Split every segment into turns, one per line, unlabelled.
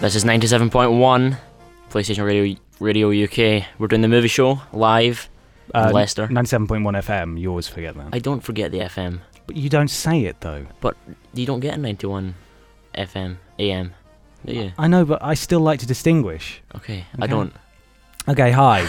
This is 97.1 PlayStation Radio Radio UK. We're doing the movie show live
Uh,
in Leicester.
Um, Ninety-seven point one FM. You always forget that.
I don't forget the FM.
but you don't say it though.
You don't get a 91 FM AM, do you?
I know, but I still like to distinguish.
Okay, I
Okay.
don't.
Okay, hi.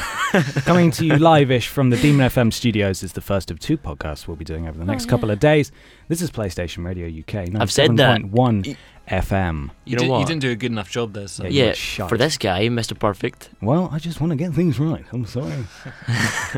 Coming to you live-ish from the Demon FM studios is the first of two podcasts we'll be doing over the next couple of days. This is PlayStation Radio UK.
Oh, I've said that.
97.1 FM.
You
You,
know
did,
what?
you didn't do a good enough job there. So.
Yeah,
Yeah,
shite.
for this guy, Mr. Perfect.
Well, I just want to get things right. I'm sorry.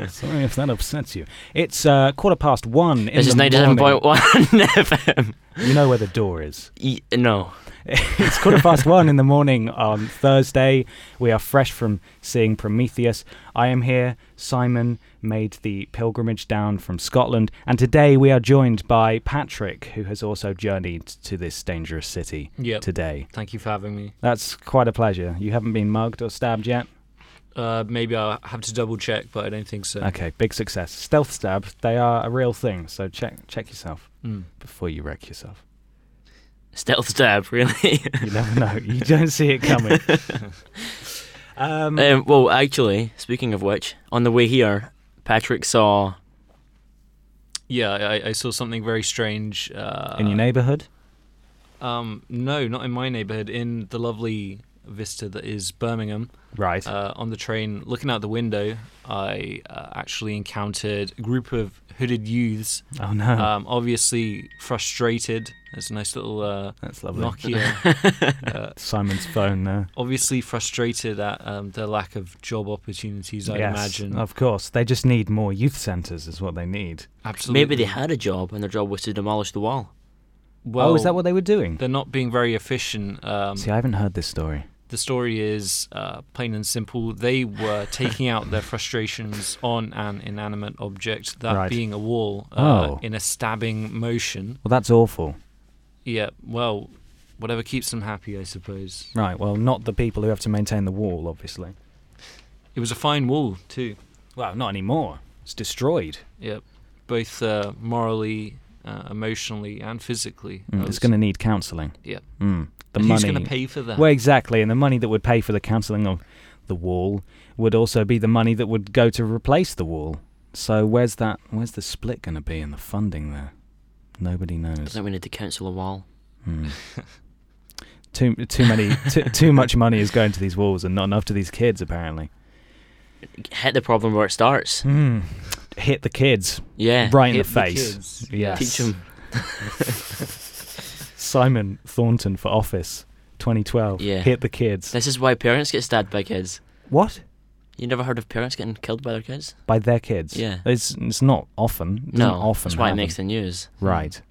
sorry if that upsets you. It's uh, quarter past one. In
This is
the
97.1
morning.
FM.
You know where the door is.
E- no.
It's quarter past one in the morning on Thursday. We are fresh from seeing Prometheus. I am here. Simon made the pilgrimage down from Scotland. And today we are joined by Patrick, who has also journeyed to this dangerous city
Yep.
today.
Thank you for having me.
That's quite a pleasure. You haven't been mugged or stabbed yet?
Uh, maybe I'll have to double check, but I don't think so.
Okay, big success. Stealth stab, they are a real thing, so check check yourself
Mm.
before you wreck yourself.
Stealth stab, really.
You never know. You don't see it coming. um,
um, well, actually, speaking of which, on the way here, Patrick saw.
Yeah, I, I saw something very strange. Uh,
in your neighborhood?
Um, no, not in my neighbourhood. In the lovely vista that is Birmingham.
Right.
Uh, on the train, looking out the window, I uh, actually encountered a group of hooded youths.
oh no.
Um, obviously frustrated. There's a nice little uh,
That's lovely.
Nokia. uh,
Simon's phone there.
obviously frustrated at um, the lack of job opportunities. I
yes,
imagine.
Of course. They just need more youth centers is what they need.
Absolutely.
Maybe they had a job and their job was to demolish the wall.
Well,
oh, is that what they were doing?
they're not being very efficient. Um,
see, I haven't heard this story.
the story is uh, plain and simple. They were taking out their frustrations on an inanimate object, that
Right.
being a wall, uh,
Oh.
in a stabbing motion.
Well, that's awful.
Yeah, well, whatever keeps them happy, I suppose.
Right. Well, not the people who have to maintain the wall, obviously.
It was a fine wall, too.
Well, not anymore. It's destroyed.
Yep. Both uh, morally, uh, emotionally, and physically.
Mm,
That
it's
was-
going to need counselling.
Yeah.
Mm. The money.
And Who's going to pay for that?
Well, exactly, and the money that would pay for the counselling of the wall would also be the money that would go to replace the wall. So where's that? Where's the split going to be in the funding there? Nobody
I
knows.
think we need to counsel a wall.
Hmm. too too many too, too much money is going to these walls and not enough to these kids apparently.
Hit the problem where it starts.
Hmm. Hit the kids
Yeah.
right in
Hit
the face.
kids.
Yes.
Teach them.
Simon Thornton for office, 2012.
Yeah.
Hit the kids.
This is why parents get stabbed by kids.
What?
You never heard of parents getting killed by their kids?
By their kids.
Yeah.
It's it's not often. It
No.
doesn't Often.
that's why
happen.
it makes the news.
Right.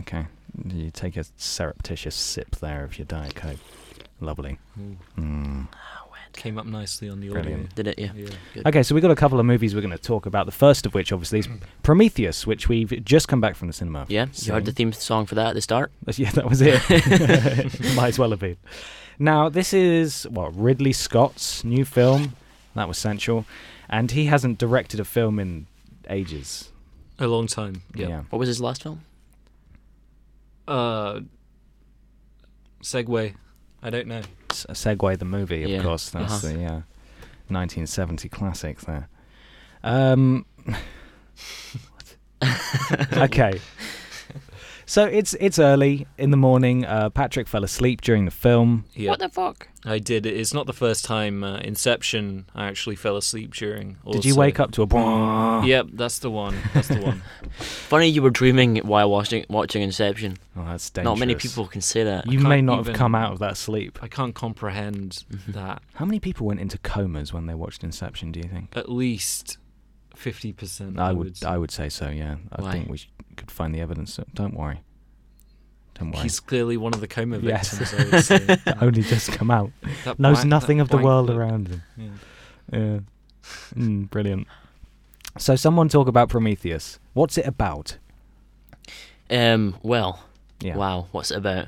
Okay. You take a surreptitious sip there of your Diet Coke. Lovely.
Ooh,
Mm.
Came up nicely on the
Brilliant.
Did it? Yeah.
audio. Yeah.
Okay, so we've got a couple of movies we're going to talk about. The first of which, obviously, is Prometheus, which we've just come back from the cinema.
Yeah. You heard the
Same.
theme song for that at the start?
Yeah, that was it. Might as well have been. Now, this is, what, Ridley Scott's new film. That was sensual. And he hasn't directed a film in ages.
A long time. Yeah.
Yeah.
What was his last film?
Uh, segue. I don't know.
S- Segway the movie, of
Yeah,
course. That's
uh-huh.
the uh, 1970 classic there. Um, okay. So it's it's early in the morning. Uh, Patrick fell asleep during the film.
Yeah. What the fuck? I did. It's not the first time. Uh, Inception. I actually fell asleep during. Also.
Did you wake up to a? Yeah.
Yep, that's the one. That's the one.
Funny you were dreaming while watching watching Inception.
Oh, that's dangerous.
Not many people can say that.
You
I
may
can't
not have
even-
come out of that sleep.
I can't comprehend that.
How many people went into comas when they watched Inception? Do you think?
At least fifty percent.
I would. I would say so. Yeah. I
Why?
think we sh- could find the evidence. Don't worry. Don't worry.
He's clearly one of the coma
Yes.
victims. I would say.
Only just come out.
That
knows
blank-
nothing
that
of the
blank
world
look.
around him.
Yeah.
Yeah. Mm, brilliant. So, someone talk about Prometheus. What's it about?
Um. Well.
Yeah.
Wow. What's it about?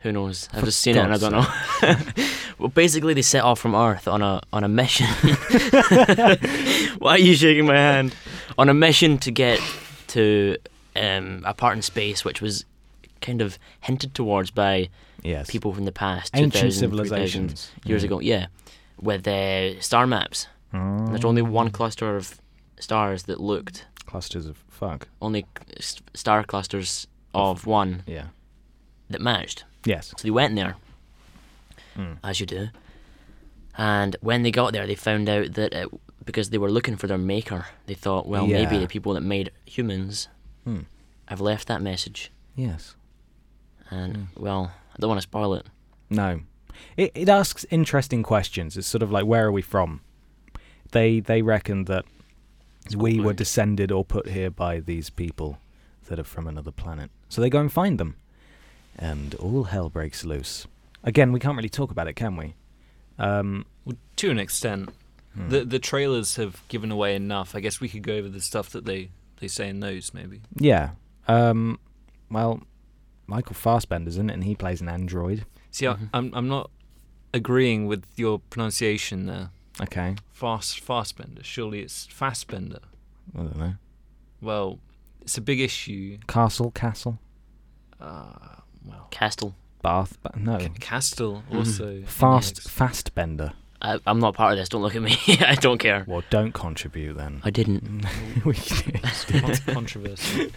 Who knows? I've
For
just seen it and I
God's
don't know. well, basically, they set off from Earth on a on a mission. Why are you shaking my hand? On a mission to get to um, a part in space, which was kind of hinted towards by
Yes.
people from the past,
Ancient
2000, 3000
civilizations. Hmm.
years ago. Yeah, with uh, star maps.
Oh.
And There's only one cluster of stars that looked
clusters of fuck.
only s- star clusters of one
Yeah.
that matched.
Yes.
So they went there,
Mm.
as you do. And when they got there, they found out that it, because they were looking for their maker, they thought, well, maybe
Yeah.
the people that made humans
Hmm.
have left that message.
Yes.
And
Hmm.
well, I don't want to spoil it.
No. It, it asks interesting questions. It's sort of like where are we from? They they reckon that we were
Scotland.
descended or put here by these people that are from another planet. So they go and find them, and all hell breaks loose. Again, we can't really talk about it, can we? Um,
Well, to an extent,
Hmm.
the the trailers have given away enough. I guess we could go over the stuff that they they say in those maybe.
yeah. Um, well, Michael Fassbender's in it, and he plays an android.
See,
Mm-hmm.
Mhm.
I, I'm I'm not agreeing with your pronunciation there.
Okay.
Fast Fastbender. Surely it's Fastbender.
I don't know.
Well, it's a big issue.
Castle, castle,
Uh, well,
Castle.
Bath. Ba- no.
C- Castle also in the
Mm-hmm. Fast,
mix.
Fastbender.
I, I'm not part of this. Don't look at me. I don't care.
Well, don't contribute then.
I didn't.
We-
Lots of controversy.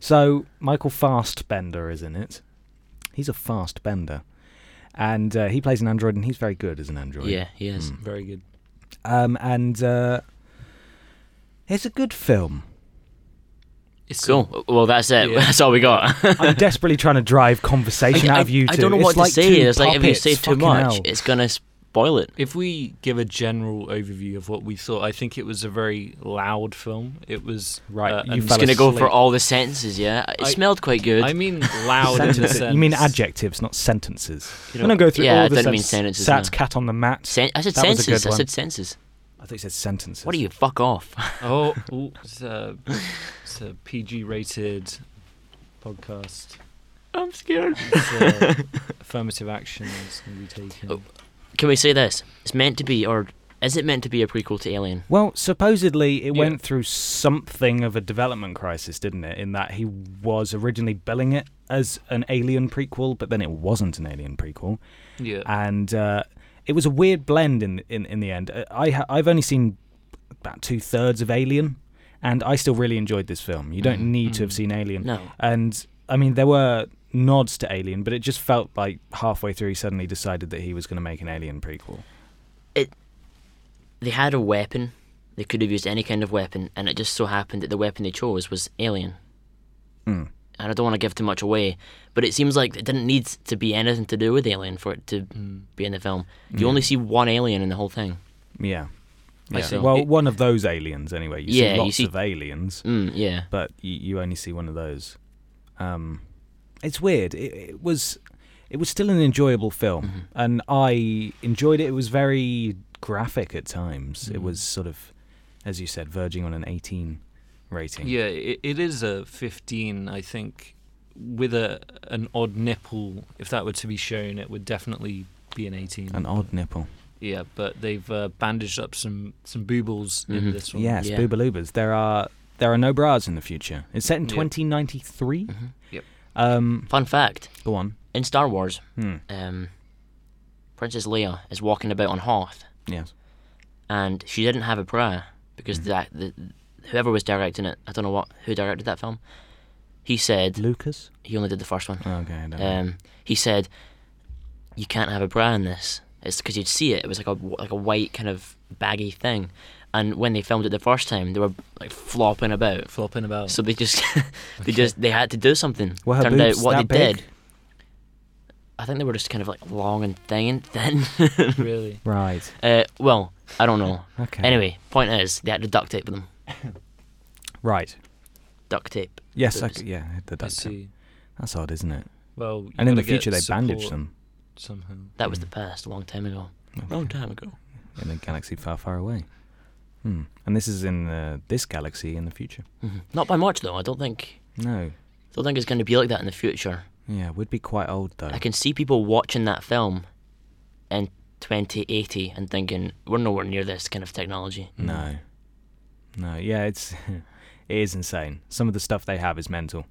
so Michael Fastbender is in it. He's a fast bender, and uh, he plays an android, and he's very good as an android.
Yeah, he is.
Mm.
Very good.
Um, and uh, it's a good film.
It's
Cool. Well, that's it.
Yeah.
That's all we got.
I'm desperately trying to drive conversation
I,
out of you two.
I don't know
It's
what
like
to say.
two
It's like if you
puppets,
say too
fucking
much,
hell.
it's gonna spoil it.
If we give a general overview of what we thought, I think it was a very loud film. It was
Right,
Uh,
you
and-
fell
It's gonna go for
asleep.
all the sentences. Yeah, it
I-
smelled quite good.
I mean, loud in the
Sentences.
sense.
You mean adjectives, not sentences.
You
I'm
know-
gonna go through
yeah,
all
I
the
didn't mean
sentence-
sentences,
Sat
no.
cat on the mat.
Sen- I said
That was a
senses.
good
I
one.
said senses.
I think it said sentences.
What do you fuck off?
Oh, oh, it's a, it's a PG-rated podcast.
I'm scared.
It's, uh, affirmative action is going to be taken.
Oh. Can we say this? It's meant to be, or is it meant to be a prequel to Alien?
Well, supposedly it
Yeah.
went through something of a development crisis, didn't it? In that he was originally billing it as an alien prequel, but then it wasn't an alien prequel,
Yeah.
and uh, it was a weird blend in in, in the end. Uh, I ha- I've only seen about two thirds of Alien, and I still really enjoyed this film. You don't
Mhm.
need to have
Mhm.
seen Alien,
No.
and I mean there were nods to Alien, but it just felt like halfway through he suddenly decided that he was going to make an Alien prequel.
They had a weapon. They could have used any kind of weapon, and it just so happened that the weapon they chose was Alien.
Mm.
And I don't want to give too much away, but it seems like it didn't need to be anything to do with Alien for it to
Mm.
be in the film. You only see one alien in the whole thing.
Yeah.
I
Yeah.
see.
Well,
It-
one of those aliens, anyway. You
Yeah,
see
you
lots
see-
of aliens,
Mm, yeah.
but you, you only see one of those. Um, it's weird. It, it was, it was still an enjoyable film,
Mm-hmm.
and I enjoyed it. It was very graphic at times. It
Mm-hmm.
Mhm.
was sort of, as you said, verging on an eighteen rating.
Yeah, it, it is a 15, I think, with a an odd nipple. If that were to be shown, it would definitely be an 18.
An odd nipple.
Yeah, but they've uh, bandaged up some some boobles in
Mhm.
this one.
Mm-hmm. Yes,
yeah.
boobalubas. There are there are no bras in the future. It's set in
Yep.
2093.
Mhm.
Yep.
Um,
Fun fact
go on.
in Star Wars,
Hmm.
um, Princess Leia is walking about on Hoth,
Yes.
and she didn't have a bra because
Mm-hmm.
that the, whoever was directing it, I don't know what who directed that film, he said
Lucas.
he only did the first one.
Okay. I don't know.
Um, he said you can't have a bra in this. It's because you'd see it. It was like a like a white kind of baggy thing, and when they filmed it the first time, they were like flopping about.
Flopping about.
So they just, they just, they had to do something.
Were her
Turned out
boobs
what they
that big?
did. I think they were just kind of like long and thin and thin.
really.
Right.
uh, well, I don't know.
Okay.
Anyway, point is they had to duct tape them.
Right.
Duct tape.
Yes. I
Boobs.
c- yeah. The
I
duct tape.
see.
That's odd, isn't it?
Well, you
and in the
gotta get
future, they bandage
support
them
somehow.
That was the past, a long time ago. Long time ago.
in a galaxy far, far away. Hmm. And this is in uh, this galaxy in the future.
Mhm. Not by much though. I don't think.
No.
Don't think it's going to be like that in the future.
Yeah, we'd be quite old though.
I can see people watching that film in 2080 and thinking we're nowhere near this kind of technology.
No. No. Yeah, it's it is insane. Some of the stuff they have is mental.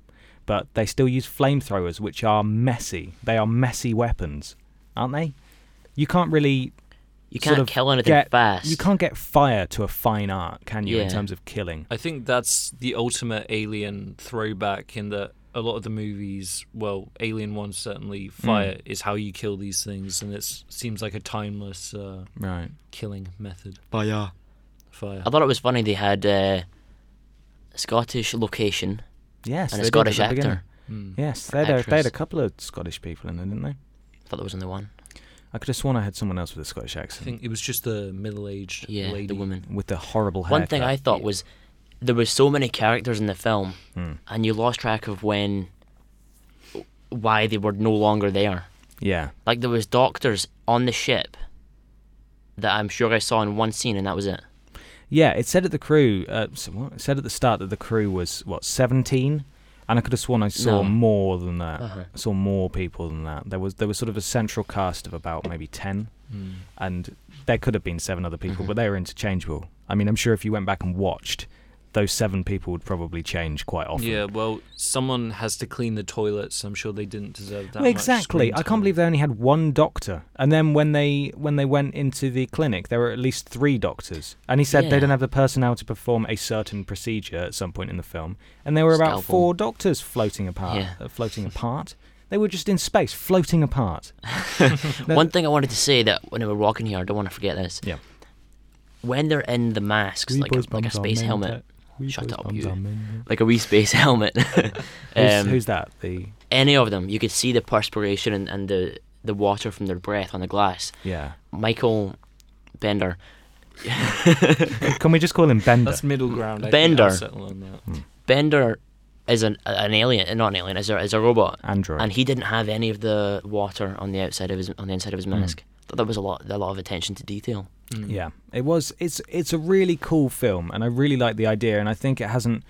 but they still use flamethrowers, which are messy. They are messy weapons, aren't they? You can't really
You
sort
can't
of
kill anything
get-
fast.
you can't get fire to a fine art, can you? In
Yeah.
terms of killing,
I think that's the ultimate alien throwback in that a lot of the movies, well, Alien 1 certainly,
Hmm.
fire is how you kill these things, and it seems like a timeless uh,
right?
killing method.
Fire.
Fire.
I thought it was funny they had uh, a Scottish location
Yes,
and
they
a
did at
Scottish
the beginning.
actor.
Mm.
Yes, they had, a, they had
Actress.
a couple of Scottish people in there, didn't they?
I thought that was in the one.
I could have sworn I had someone else with a Scottish
I
accent
think it was just the middle aged
Yeah,
lady.
the woman.
with the horrible haircut.
One thing I thought was there was so many characters in the film,
Hmm.
and you lost track of when, why they were no longer there.
yeah,
Like there was doctors on the ship that I'm sure I saw in one scene, and that was it.
yeah. It said at the crew, uh, so what- it said at the start that the crew was what seventeen, and I could have sworn I saw
No.
more than that.
Uh-huh.
I saw more people than that. There was there was sort of a central cast of about maybe ten,
Mm.
and there could have been seven other people,
Mhm.
but they were interchangeable. I mean, I'm sure if you went back and watched, those seven people would probably change quite often.
Yeah, well, someone has to clean the toilets. I'm sure they didn't deserve that.
Well, exactly. I can't believe they only had one doctor, and then when they when they went into the clinic, there were at least three doctors, and he said they
Yeah.
didn't have the personnel to perform a certain procedure at some point in the film, and there were about
Scalpel.
four doctors floating apart.
Yeah.
uh, floating apart. They were just in space, floating apart. No,
One thing I wanted to say that when we were walking here, I don't want to forget this.
Yeah.
When they're in the masks, like a, like a space helmet, Shut up, you. like a wee space helmet,
Who's,
um,
who's that? The
any of them, you could see the perspiration and, and the the water from their breath on the glass.
yeah.
Michael Bender,
Can we just call him Bender?
That's middle ground. I think
Bender.
I'll settle on that.
Bender is an an alien, not an alien, is a is a robot,
Android.
and he didn't have any of the water on the outside of his on the inside of his mask. Thought that was a lot a lot of attention to detail.
Mm.
Yeah, it was. It's it's a really cool film, and I really like the idea. And I think it hasn't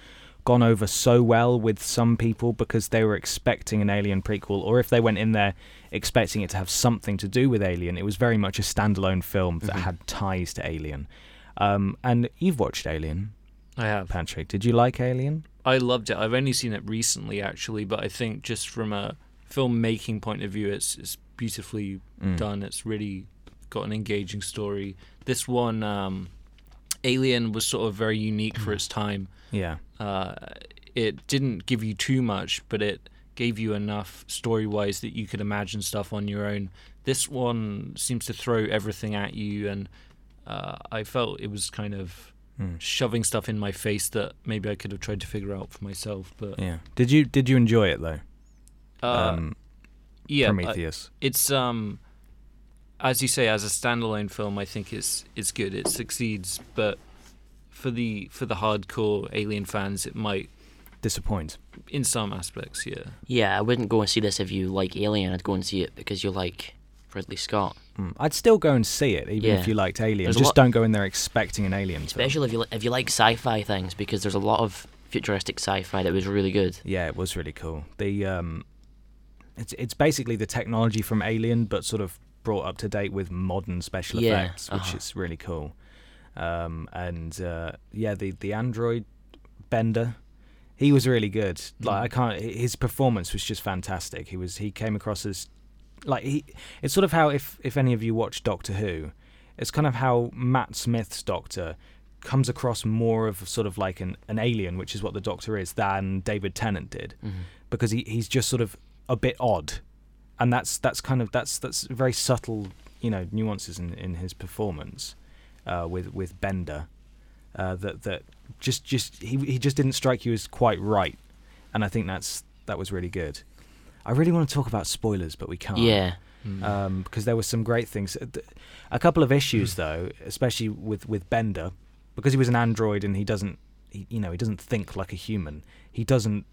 gone over so well with some people because they were expecting an Alien prequel, or if they went in there expecting it to have something to do with Alien, it was very much a standalone film
Mm-hmm.
that had ties to Alien. Um, and you've watched Alien,
I have.
Patrick. Did you like Alien?
I loved it. I've only seen it recently, actually, but I think just from a filmmaking point of view, it's it's beautifully done. It's really got an engaging story. This one, um, Alien, was sort of very unique for its time.
Yeah.
Uh, it didn't give you too much, but it gave you enough story wise that you could imagine stuff on your own. This one seems to throw everything at you, and uh, I felt it was kind of
Hmm.
shoving stuff in my face that maybe I could have tried to figure out for myself. But
Yeah. Did you did you enjoy it though?
uh,
um,
yeah, I-
Prometheus.
it's um, as you say, as a standalone film, I think it's it's good. It succeeds, but for the for the hardcore Alien fans, it might
Disappoint.
in some aspects, yeah.
Yeah, I wouldn't go and see this if you like Alien. I'd go and see it because you like Ridley Scott,
Mm. I'd still go and see it, even if
Yeah.
you liked Alien.
There's a
Just
lot-
don't go in there expecting an Alien. film.
especially if you li- if you like sci-fi things because there's a lot of futuristic sci-fi that was really good.
Yeah, it was really cool. The um, it's it's basically the technology from Alien, but sort of brought up to date with modern special
Yeah,
effects, which
uh-huh.
is really cool. Um, and uh, yeah, the the android Bender, he was really good. Like
Mm.
I can't, hi- his performance was just fantastic. He was he came across as like he. It's sort of how if if any of you watch Doctor Who, it's kind of how Matt Smith's Doctor comes across more of sort of like an, an alien, which is what the Doctor is, than David Tennant did,
Mm-hmm.
because he, he's just sort of a bit odd, and that's that's kind of that's that's very subtle, you know, nuances in, in his performance uh, with with Bender uh, that that just just he he just didn't strike you as quite right, and I think that's that was really good. I really want to talk about spoilers, but we can't
Oh, Yeah,
Mm.
um, because there were some great things. Uh, th- A couple of issues though, especially with with Bender, because he was an android and he doesn't, he, you know, he doesn't think like a human. He doesn't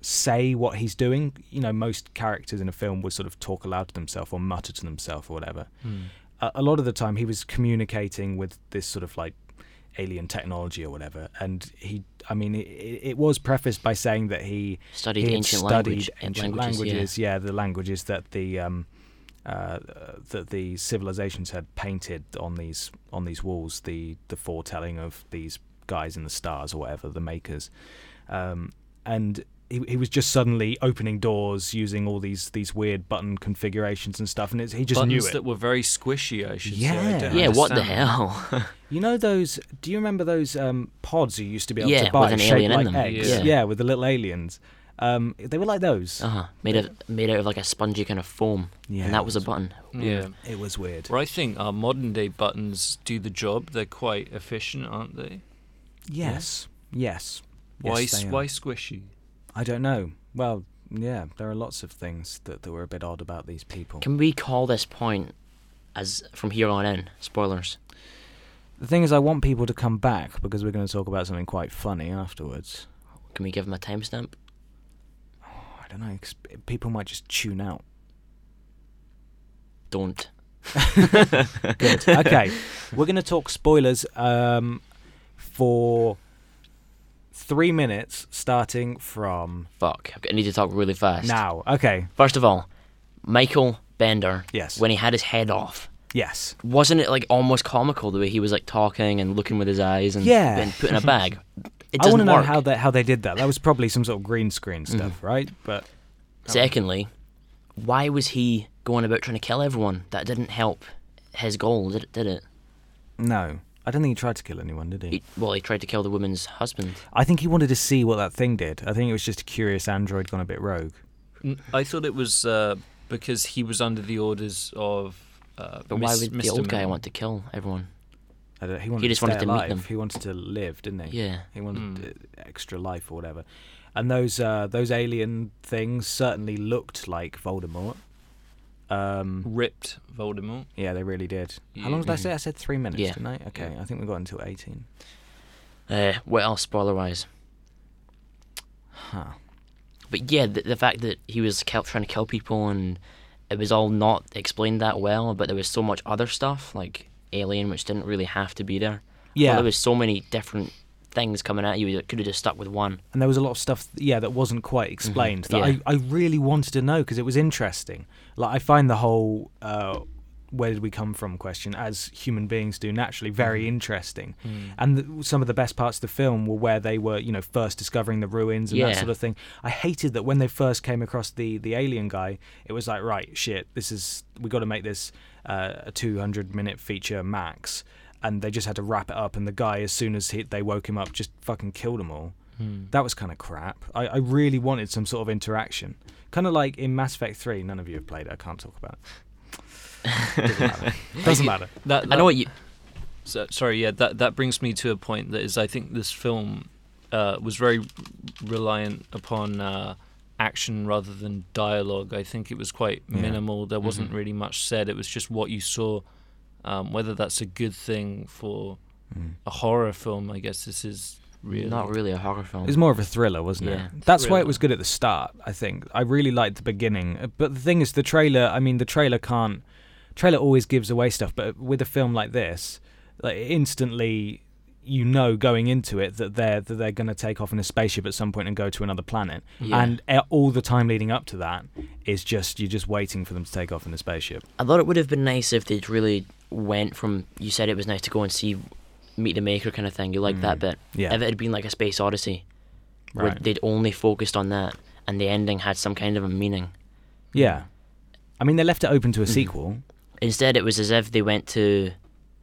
say what he's doing. You know, most characters in a film would sort of talk aloud to themselves or mutter to themselves or whatever.
Hmm.
A, a lot of the time, he was communicating with this sort of like alien technology or whatever and he i mean it, it was prefaced by saying that he
Studied
he had
ancient
studied
language-
ancient
languages, yeah.
languages yeah. the languages that the um uh, that the civilizations had painted on these on these walls the the foretelling of these guys in the stars or whatever the makers um and he, he was just suddenly opening doors using all these these weird button configurations and stuff, and it's, he just
Buttons
knew it.
that were very squishy, I should say.
Yeah.
I don't
Yeah, what the
understand.
hell?
You know those? Do you remember those um, pods you used to be able
Yeah,
to buy
with an
shaped
alien in
like
them.
eggs?
Yeah.
yeah, with the little aliens. Um, they were like those.
uh huh. Made of made out of like a spongy kind of foam. Yeah.
Yeah.
And that was a button.
Yeah.
It was weird.
Well, I think our modern day buttons do the job. They're quite efficient, aren't they?
Yes. Yes.
Why,
Yes,
s-
they are.
why squishy?
I don't know. Well, yeah, there are lots of things that, that were a bit odd about these people.
Can we call this point as from here on in spoilers?
the thing is, I want people to come back because we're going to talk about something quite funny afterwards.
Can we give them a timestamp?
I don't know. 'cause people might just tune out.
Don't.
Good. okay, we're going to talk spoilers um, for three minutes, starting from
Fuck. I've got- I need to talk really fast.
now. Okay.
First of all, Michael Bender.
Yes.
When he had his head off,
Yes.
wasn't it like almost comical the way he was like talking and looking with his eyes and
Yeah.
and put in a bag? It
I
doesn't
want to know
work. Mm-hmm.
how they how they did that. That was probably some sort of green screen stuff, right? But
Secondly, why was he going about trying to kill everyone? That didn't help his goal, did it? Did it?
no, I don't think he tried to kill anyone, did he?
He, well, he tried to kill the woman's husband.
I think he wanted to see what that thing did. I think it was just a curious android gone a bit rogue.
N- I thought it was uh, because he was under the orders of. Uh,
But why
Miss-
would
Mr.
the old guy
Moon.
want to kill everyone?
I don't, he wanted
He just
to stay
wanted to meet
alive.
them.
He wanted to live, didn't he?
Yeah.
He wanted uh, extra life or whatever. And those uh, those alien things certainly looked like Voldemort. Um,
Ripped Voldemort.
yeah, they really did. How long did I say? I said three minutes,
Mm-hmm. Yeah.
didn't I? Okay, I think we got until eighteen.
Uh, what else, spoiler wise?
Huh.
But yeah, the, the fact that he was kept trying to kill people and it was all not explained that well, but there was so much other stuff, like Alien, which didn't really have to be there.
Yeah.
Well, there was so many different things coming at you that could have just stuck with one.
and there was a lot of stuff yeah that wasn't quite explained that
yeah.
I, I really wanted to know because it was interesting like i find the whole uh, where did we come from question as human beings do naturally very interesting and the, some of the best parts of the film were where they were you know first discovering the ruins and that
Yeah.
sort of thing i hated that when they first came across the the alien guy it was like right shit this is we got to make this uh, a 200 minute feature max and they just had to wrap it up and the guy as soon as he, they woke him up just fucking killed them all that was kind of crap. I, I really wanted some sort of interaction. Kind of like in Mass Effect 3, none of you have played it. I can't talk about it. Doesn't matter. Doesn't matter.
That,
I
that-
know what you.
So, sorry, yeah, that that brings me to a point that is, I think this film uh, was very reliant upon uh, action rather than dialogue. I think it was quite
Yeah. Mm-hmm.
minimal. There wasn't really much said. It was just what you saw. Um, whether that's a good thing for a horror film, I guess this is really
Not really a horror
Mm. It
film.
was more of a thriller, wasn't
Yeah.
it? That's why it
Thriller.
was good at the start, I think. I really liked the beginning. Uh, But the thing is, the trailer, I mean, the trailer can't. Trailer always gives away stuff, but with a film like this, like instantly you know going into it that they're that they're going to take off in a spaceship at some point and go to another planet
Yeah.
and uh, all the time leading up to that is just you're just waiting for them to take off in a spaceship
I thought it would have been nice if they'd really went from you said it was nice to go and see meet the maker kind of thing. You like that bit.
Mm. yeah.
If it had been like a space odyssey where
Right.
they'd only focused on that and the ending had some kind of a meaning.
Yeah. I mean, they left it open to a sequel.
Instead it was as if they went to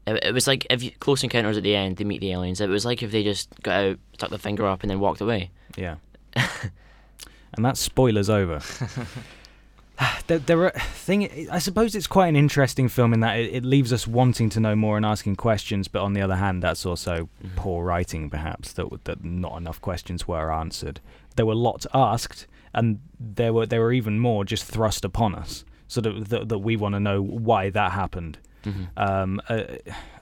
it it was like if you, close encounters at the end they meet the aliens. It was like if they just got out, stuck their finger up and then walked away.
Yeah. and that's spoilers over. there, there are thing. I suppose it's quite an interesting film in that it, it leaves us wanting to know more and asking questions. But on the other hand, that's also poor writing, perhaps that w- that not enough questions were answered. There were lots asked, and there were there were even more just thrust upon us, so that that, that we want to know why that happened. Um, uh,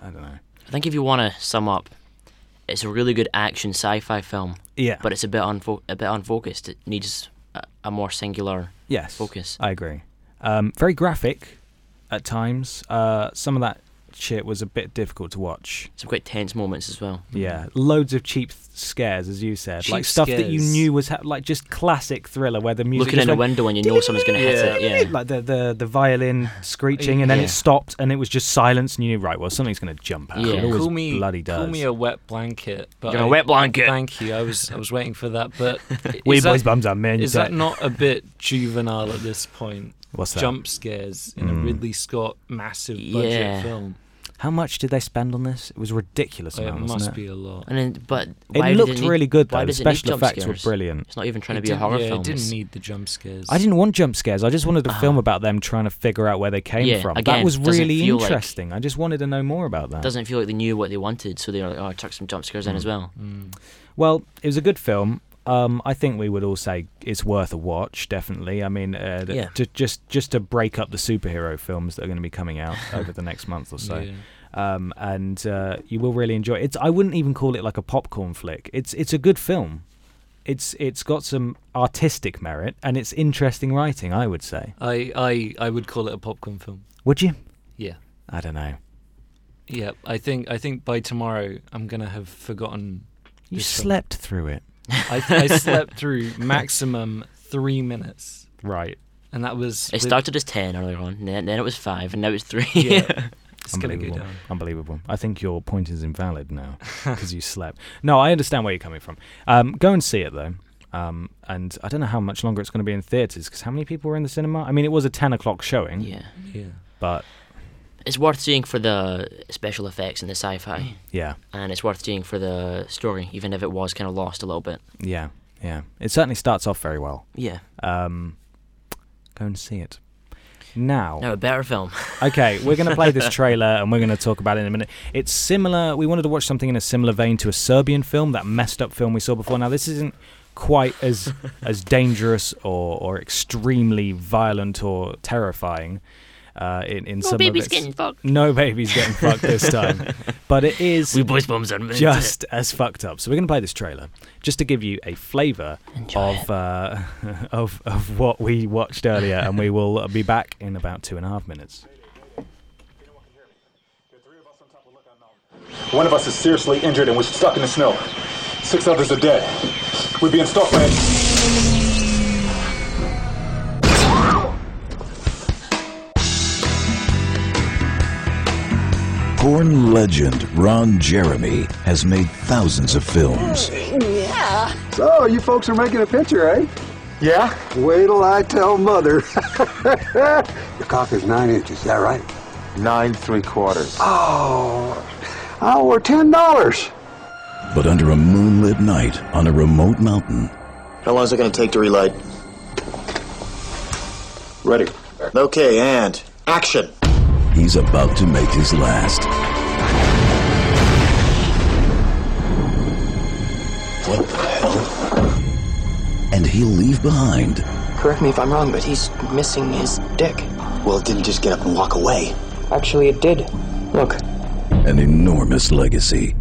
I don't know.
I think if you want to sum up, it's a really good action sci-fi film,
Yeah,
but it's a bit unfo- a bit unfocused. It needs a, a more singular
yes.
focus.
I agree. Um, very graphic at times. Uh, some of that shit was a bit difficult to watch.
Some quite tense moments as well.
Yeah, loads of cheap th- scares, as you said, like
Hmm. Cheap
stuff that you
scares.
knew was ha- like just classic thriller where the music
Looking
just
in a
went,
window and you know someone's going to hit it. Yeah.
like the, the the violin screeching, and then
Yeah.
it stopped, and it was just silence, and you knew right, well, something's going to jump out.
Yeah.
It always
call me
bloody does.
Call me a wet blanket. But
You're a
I-
wet blanket.
Thank you. I was I was waiting for that. But i-
we
is
boys
that,
bums are men.
is that not a bit juvenile at this point?
What's that?
Jump scares in a
Mm.
Ridley Scott massive budget
Yeah.
film.
How much did they spend on this? It was a ridiculous.
So Oh, it
amount,
must
wasn't it?
be a lot.
And then, but why
It
did
looked
need-
really good
why
though. The
does it need
special
jump
effects
scares?
were brilliant.
It's not even trying
It
to be a
didn't-
horror
yeah,
film.
It didn't
It's-
need the jump scares.
I didn't want jump scares. I just wanted a
Ah.
film about them trying to figure out where they came
Yeah,
from. that
again,
was
doesn't
really
feel like-
interesting. I just wanted to know more about that.
doesn't feel like they knew what they wanted, so they were like, oh, chuck some jump scares in as well.
Mm.
Well, it was a good film. Um, I think we would all say it's worth a watch. Definitely. I mean, uh, th-
Yeah.
to, just just to break up the superhero films that are going to be coming out over the next month or so.
Yeah.
Um, and uh, you will really enjoy it. It's, I wouldn't even call it like a popcorn flick. It's it's a good film. It's it's got some artistic merit and it's interesting writing. I would say.
I, I I would call it a popcorn film.
Would you?
Yeah.
I don't know.
Yeah. I think I think by tomorrow I'm gonna have forgotten.
You
this uh, film.
slept through it.
I, I slept through maximum three minutes,
Right.
and that was.
It
with-
started as 10 earlier on, and then, then it was 5, and now it's 3.
Yeah. It's gonna go
Unbelievable.
down.
Unbelievable. I think your point is invalid now because you slept. No, I understand where you're coming from. Um, go and see it though. Um, and I don't know how much longer it's going to be in theatres because how many people were in the cinema? I mean, it was a 10 o'clock showing,
yeah.
Yeah.
but
It's worth seeing for the special effects and the sci
Mm.
fi,
yeah,
and it's worth seeing for the story, even if it was kind of lost a little bit.
yeah, yeah. It certainly starts off very well.
Yeah.
Um, go and see it. Now,
Now, a better film.
okay, we're going to play this trailer and we're going to talk about it in a minute. It's similar. We wanted to watch something in a similar vein to a Serbian film, that messed up film we saw before. Now, this isn't quite as as dangerous or, or extremely violent or terrifying uh, in, in some of its.
fucked.
no baby's getting fucked this time. But it is
We boys bums are meant to-
just as fucked up. So we're going to play this trailer just to give you a flavour
Enjoy
of, uh, of of what we watched earlier, and we will be back in about two and a half minutes.
One of us is seriously injured and we're stuck in the snow. Six others are dead. We're being stalked by a...
Porn legend Ron Jeremy has made thousands of films.
So, you folks are making a picture, eh?
Yeah?
Wait till I tell Mother. Your cock is nine inches, is that right?
Nine three quarters.
Oh, I owe her ten dollars.
But under a moonlit night on a remote mountain,
How long is it going to take to relight?
Ready.
Okay, and action.
he's about to make his last. What the hell? And he'll leave behind
Correct me if I'm wrong, but he's missing his dick.
Well, it didn't just get up and walk away.
Actually, it did. Look.
an enormous legacy.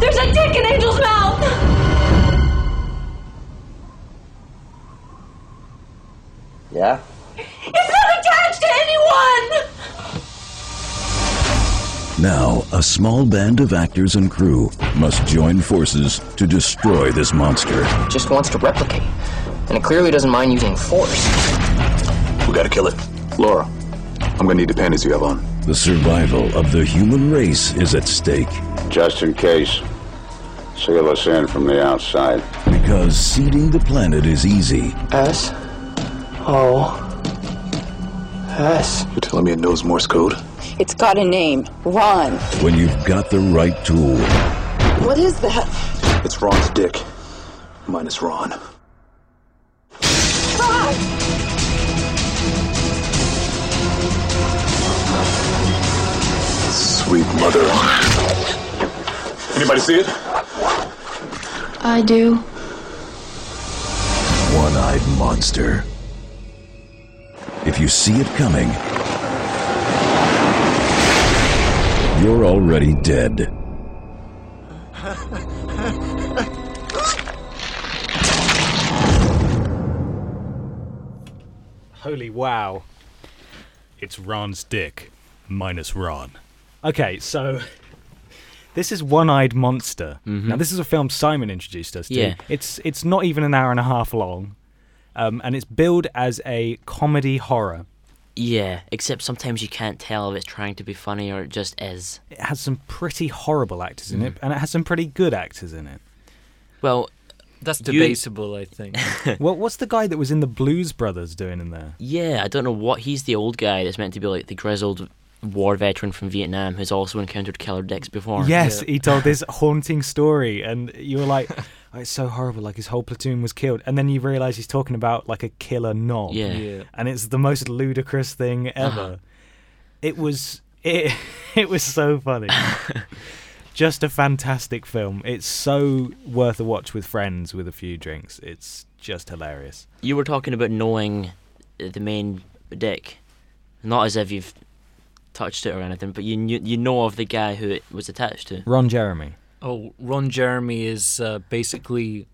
There's a dick in Angel's mouth!
Yeah?
It's not attached to anyone!
Now, a small band of actors and crew must join forces to destroy this monster.
Just wants to replicate. And it clearly doesn't mind using force.
We gotta kill it.
Laura, I'm gonna need the panties you have on.
The survival of the human race is at stake
Just in case. Seal us in from the outside.
because seeding the planet is easy,
S. O. S.
You're telling me it knows Morse code?
It's got a name Ron.
when you've got the right tool.
What is that?
It's Ron's dick. Minus Ron.
Sweet mother. Anybody see it?
I do.
One eyed monster. If you see it coming, you're already dead.
Holy wow. It's Ron's dick, minus Ron. Okay, so this is One Eyed Monster. Now, this is a film Simon introduced us to.
Yeah.
It's, it's not even an hour and a half long, um, and it's billed as a comedy horror.
Yeah, except sometimes you can't tell if it's trying to be funny or it just is.
It has some pretty horrible actors in it, and it has some pretty good actors in it.
Well,
That's
You-
debatable, I think.
well, what's the guy that was in the Blues Brothers doing in there?
yeah, I don't know what he's the old guy that's meant to be like the grizzled war veteran from Vietnam who's also encountered killer dicks before.
Yes, he told this haunting story, and you were like, oh, "It's so horrible." Like his whole platoon was killed, and then you realise he's talking about like a killer knob.
Yeah.
Yeah.
and it's the most ludicrous thing ever. It was it it was so funny. Just a fantastic film. It's so worth a watch with friends with a few drinks. It's just hilarious.
You were talking about knowing the main dick, not as if you've touched it or anything, but you knew, you know of the guy who it was attached to.
Ron Jeremy.
oh, Ron Jeremy is uh, basically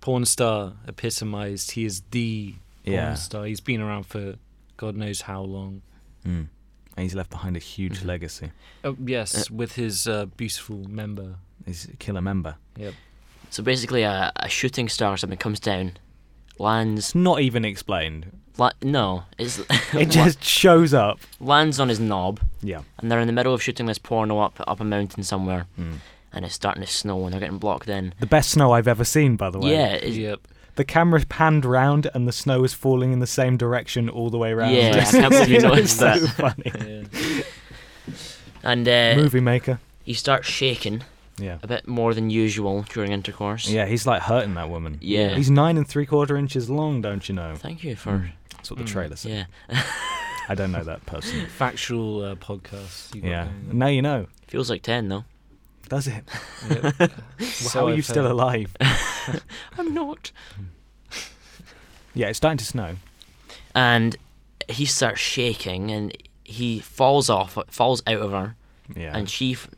porn star epitomized. He is the porn
Yeah.
star. He's been around for God knows how long.
He's left behind a huge legacy.
Oh, yes, with his uh, beautiful member.
He's a killer member.
Yep.
So basically, a, a shooting star or something comes down, lands.
It's not even explained.
La- no, it's,
It just shows up.
lands on his knob,
Yeah.
and they're in the middle of shooting this porno up up a mountain somewhere,
Hmm.
and it's starting to snow, and they're getting blocked in.
The best snow I've ever seen, by the way.
Yeah, it-
Yep.
The camera panned round and the snow was falling in the same direction all the way round.
yeah, I can't believe you noticed
so
that.
funny.
And uh,
Movie maker.
he starts shaking
Yeah.
a bit more than usual during intercourse.
Yeah, he's like hurting that woman.
Yeah.
He's nine and three quarter inches long, don't you know?
Thank you for
That's what the trailer said.
Hmm, yeah.
I don't know that person.
Factual uh, podcast. you got
yeah.
going.
Now you know.
Feels like ten though.
Does it? How
So
are you
I've
still
heard.
alive?
I'm not.
Yeah, it's starting to snow.
And he starts shaking, and he falls off, falls out of her,
Yeah.
and she f-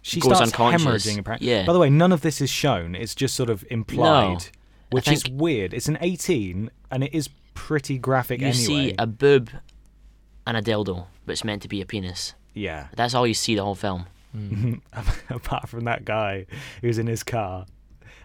she
goes
starts
unconscious.
hemorrhaging. Apparently.
Yeah.
By the way, none of this is shown. It's just sort of implied, which is
think-
weird. It's an 18, and it is pretty graphic
you
anyway.
see a boob and a dildo, but it's meant to be a penis.
yeah.
That's all you see the whole film.
Apart from that guy who's in his car.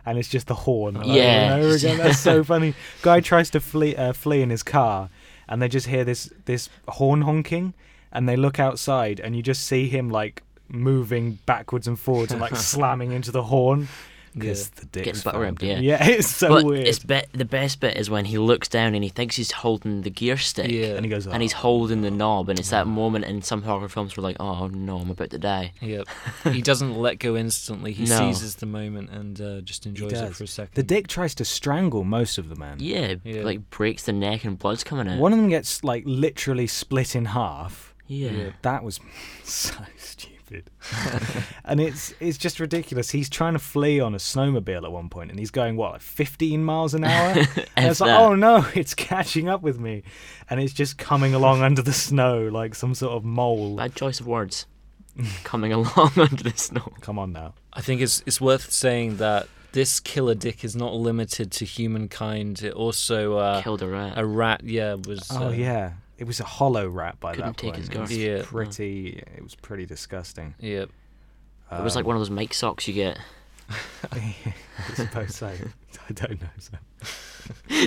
And it's just the horn. over and
Yeah.
over again. That's so funny. Guy tries to flee, uh, flee in his car, and they just hear this this horn honking, and they look outside, and you just see him like moving backwards and forwards and like slamming into the horn because the dick's
Gets butt ripped,
found him.
yeah.
yeah, it's so
but
weird.
it's be- the best bit is when he looks down and he thinks he's holding the gear stick.
Yeah.
And he goes,
And "Ah," he's holding the knob, and it's that moment in some horror films where, like, oh no, I'm about to die.
Yep. he doesn't let go instantly. He
No.
seizes the moment and uh, just enjoys it for a second.
The dick tries to strangle most of the men.
Yeah,
Yeah.
like breaks the neck and blood's coming out.
One of them gets like literally split in half.
Yeah.
That was so stupid. and it's it's just ridiculous. He's trying to flee on a snowmobile at one point and he's going what, like 15 miles an hour? and it's like,
that.
"Oh no, it's catching up with me." And it's just coming along under the snow like some sort of mole.
Bad choice of words. Coming along under the snow.
Come on now.
I think it's it's worth saying that this killer dick is not limited to humankind. It also uh,
Killed a rat.
a rat. Yeah, was.
Oh
uh,
yeah. It was a hollow rat by
Couldn't
that
take
point.
his
It was
guard.
Yeah.
pretty it was pretty disgusting.
Yeah.
it was like one of those mic socks you get.
I suppose so. I don't know. So.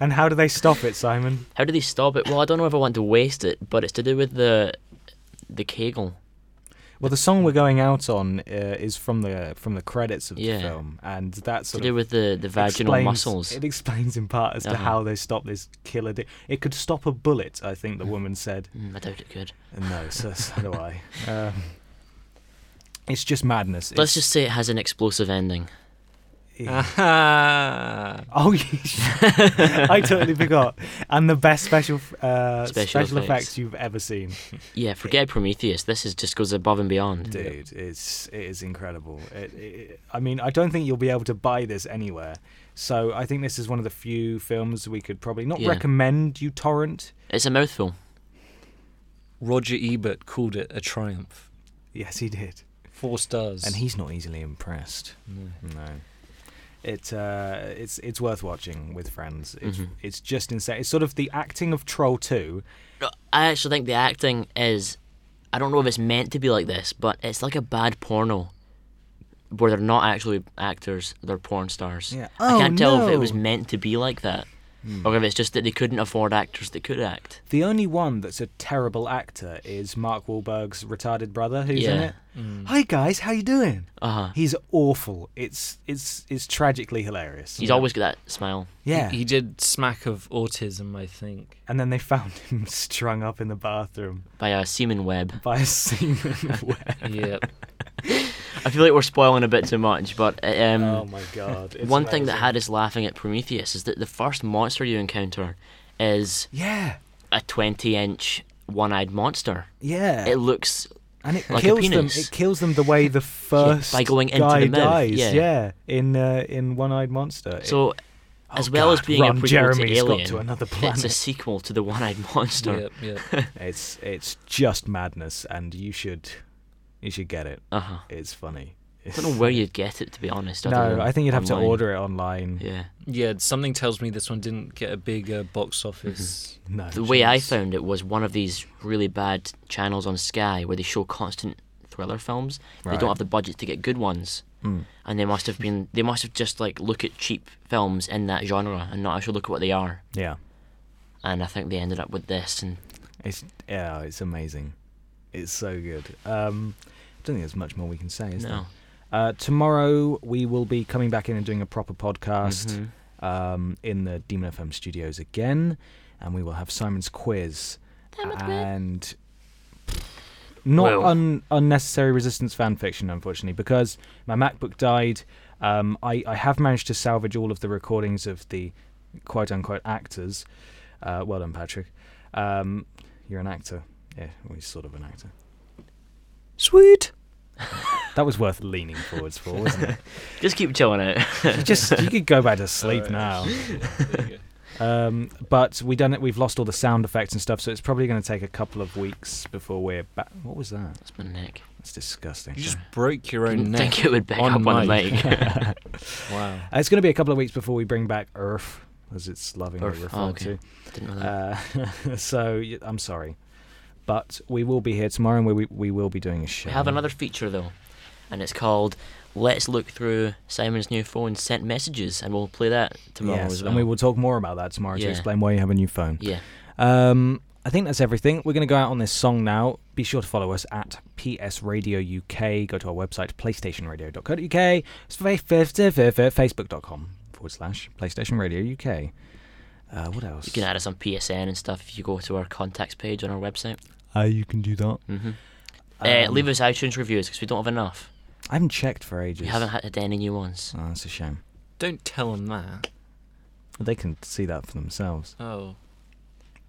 and how do they stop it, Simon?
How do they stop it? Well, I don't know if I want to waste it, but it's to do with the the Kegel.
Well, the song we're going out on uh, is from the from the credits of
Yeah.
the film, and that's
To do with the, the vaginal
explains,
muscles.
It explains in part as to
Uh-huh.
how they stop this killer. Di- it could stop a bullet, I think the woman said. Uh,
Mm, I doubt it could.
No, so, so do I. Um, it's just madness.
Let's
It's-
just say it has an explosive ending.
Ah.
Oh, yeah. I totally forgot. And the best special f- uh,
Special
special,
effects.
effects you've ever seen.
Yeah, forget Prometheus. This is just goes above and beyond.
dude it's it is incredible it, it, i mean i don't think you'll be able to buy this anywhere so i think this is one of the few films we could probably not
Yeah.
recommend you torrent
It's a mouthful.
Roger Ebert called it a triumph.
yes he did
Four stars.
and he's not easily impressed no, It uh, it's it's worth watching with friends. It's
Mm-hmm.
it's just insane. It's sort of the acting of Troll Two.
No, I actually think the acting is. I don't know if it's meant to be like this, but it's like a bad porno, where they're not actually actors; they're porn stars.
Yeah.
I can't
Oh,
tell if it was
no. Hmm.
meant to be like that, or if it's just that they couldn't afford actors that could act.
The only one that's a terrible actor is Mark Wahlberg's retarded brother, who's in
Yeah. Mm.
it. Hi guys, how you doing?
Uh-huh.
He's awful. It's it's it's tragically hilarious.
He's always got that smile.
yeah.
He, he did smack of autism, I think.
and then they found him strung up in the bathroom
by a semen web.
by a seaman of web.
Yeah.
I feel like we're spoiling a bit too much, but uh, um,
Oh my god! It's
one thing that
amazing.
had us laughing at Prometheus is that the first monster you encounter is
yeah
a 20-inch one-eyed monster.
yeah
It looks
and it
like a
kills them.
penis.
It kills them the way the first
by going into
guy
the mouth,
dies.
yeah.
in uh, in One Eyed Monster. It-
so. As well
Oh, God,
as being
Ron
a prequel
Jeremy's
to
got
Alien,
to another
it's a
planet.
sequel to the One-Eyed Monster.
Yep, yep.
it's it's just madness, and you should you should get it.
Uh-huh.
It's funny.
I don't know where you'd get it, to be honest. other
No,
than
I think you'd have to
online.
order it online.
Yeah.
Yeah, something tells me this one didn't get a big uh, box office.
No,
The way I found it was one of these really bad channels on Sky where they show constant thriller films. They
Right.
don't have the budget to get good ones,
Mm.
and they must have been they must have just like look at cheap films in that genre and not actually look at what they are.
yeah,
And I think they ended up with this. And
it's yeah, it's amazing. It's so good. Um, I don't think there's much more we can say, is there?
no,
Uh, tomorrow we will be coming back in and doing a proper podcast um, in the Demon FM studios again, and we will have Simon's quiz and not
Well-
un- unnecessary resistance fan fiction, unfortunately, because my MacBook died. Um, I I have managed to salvage all of the recordings of the quote unquote actors. Uh, well done, Patrick. Um, you're an actor. Yeah, well, he's sort of an actor.
Sweet.
That was worth leaning forwards for, wasn't it?
just keep chilling out.
You just you could go back to sleep now. um, but we done it. We've lost all the sound effects and stuff, so it's probably going to take a couple of weeks before we're back. What was that?
That's my neck.
That's disgusting.
You just broke your own
Didn't
neck.
think it would pick
on
up on the
mic.
mic.
Wow.
Uh, it's going to be a couple of weeks before we bring back Earth, as it's lovingly
Earth, oh,
referred
okay. Didn't know
to.
that.
Uh, so y- I'm sorry, but we will be here tomorrow, and we we, we will be doing a show.
We have another feature though, and it's called "Let's look through Simon's new phone sent messages," and we'll play that tomorrow
Yes,
as well.
and we will talk more about that tomorrow to
Yeah.
explain why you have a new phone.
Yeah.
Um, I think that's everything. We're going to go out on this song now. Be sure to follow us at PS Radio UK. Go to our website, playstationradio.co.uk. It's fa- fa- fa- fa- fa- facebook.com forward slash PlayStation Radio UK. Uh, what else?
You can add us on PSN and stuff if you go to our contacts page on our website.
Uh, you can do that.
uh,
Um,
leave us iTunes reviews because we don't have enough.
I haven't checked for ages.
We haven't had any new ones.
Oh, that's a shame.
Don't tell him that.
Well, they can see that for themselves.
Oh.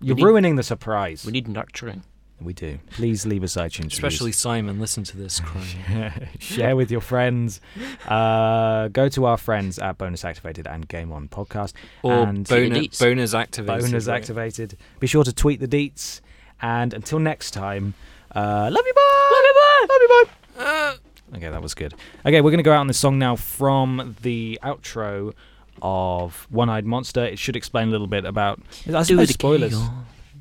You're
need-
ruining the surprise.
We need nurturing.
We do. Please leave us iTunes. reviews.
Especially Simon, listen to this crime.
share with your friends. Uh, go to our friends at Bonus Activated and Game On Podcast.
Or
and
the
boner,
deets.
boners activated.
bonus
right?
activated. Be sure to tweet the deets. And until next time, uh, love you, bye. Love you, bye. Love you, bye. okay, that was good. Okay, we're gonna go out on this song now from the outro of One Eyed Monster. It should explain a little bit about. I suppose spoilers.
kegel,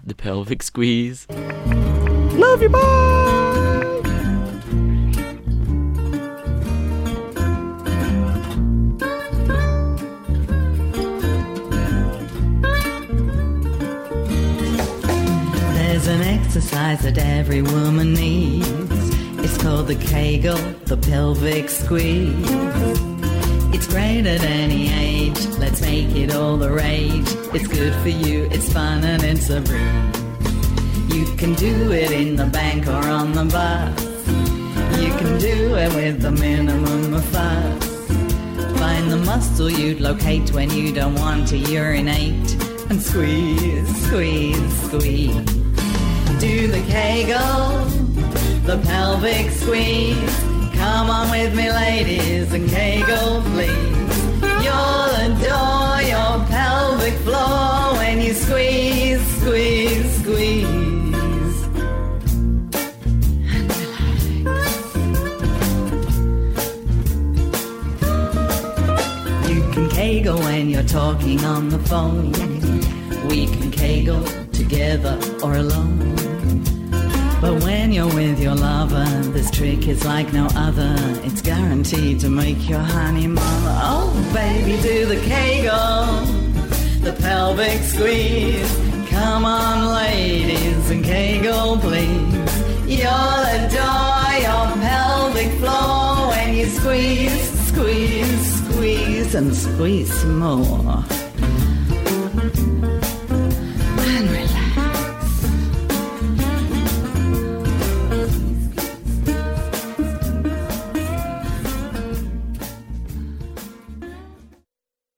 The pelvic squeeze.
Love you, bye.
There's an exercise that every woman needs. It's called the Kegel, the pelvic squeeze. It's great at any age. Let's make it all the rage. It's good for you, it's fun, and it's a breeze. You can do it in the bank or on the bus. You can do it with the minimum of fuss. Find the muscle you'd locate when you don't want to urinate. And squeeze, squeeze, squeeze. Do the kegel, the pelvic squeeze. Come on with me, ladies, and kegel, please. You'll adore your pelvic floor when you squeeze, squeeze, squeeze. You Kegel when you're talking on the phone. We can Kegel together or alone. But when you're with your lover, this trick is like no other. It's guaranteed to make your honeymoon. Oh, baby, do the Kegel, the pelvic squeeze. Come on, ladies, and Kegel, please. You'll adore your pelvic floor when you squeeze, squeeze, squeeze, and squeeze some more.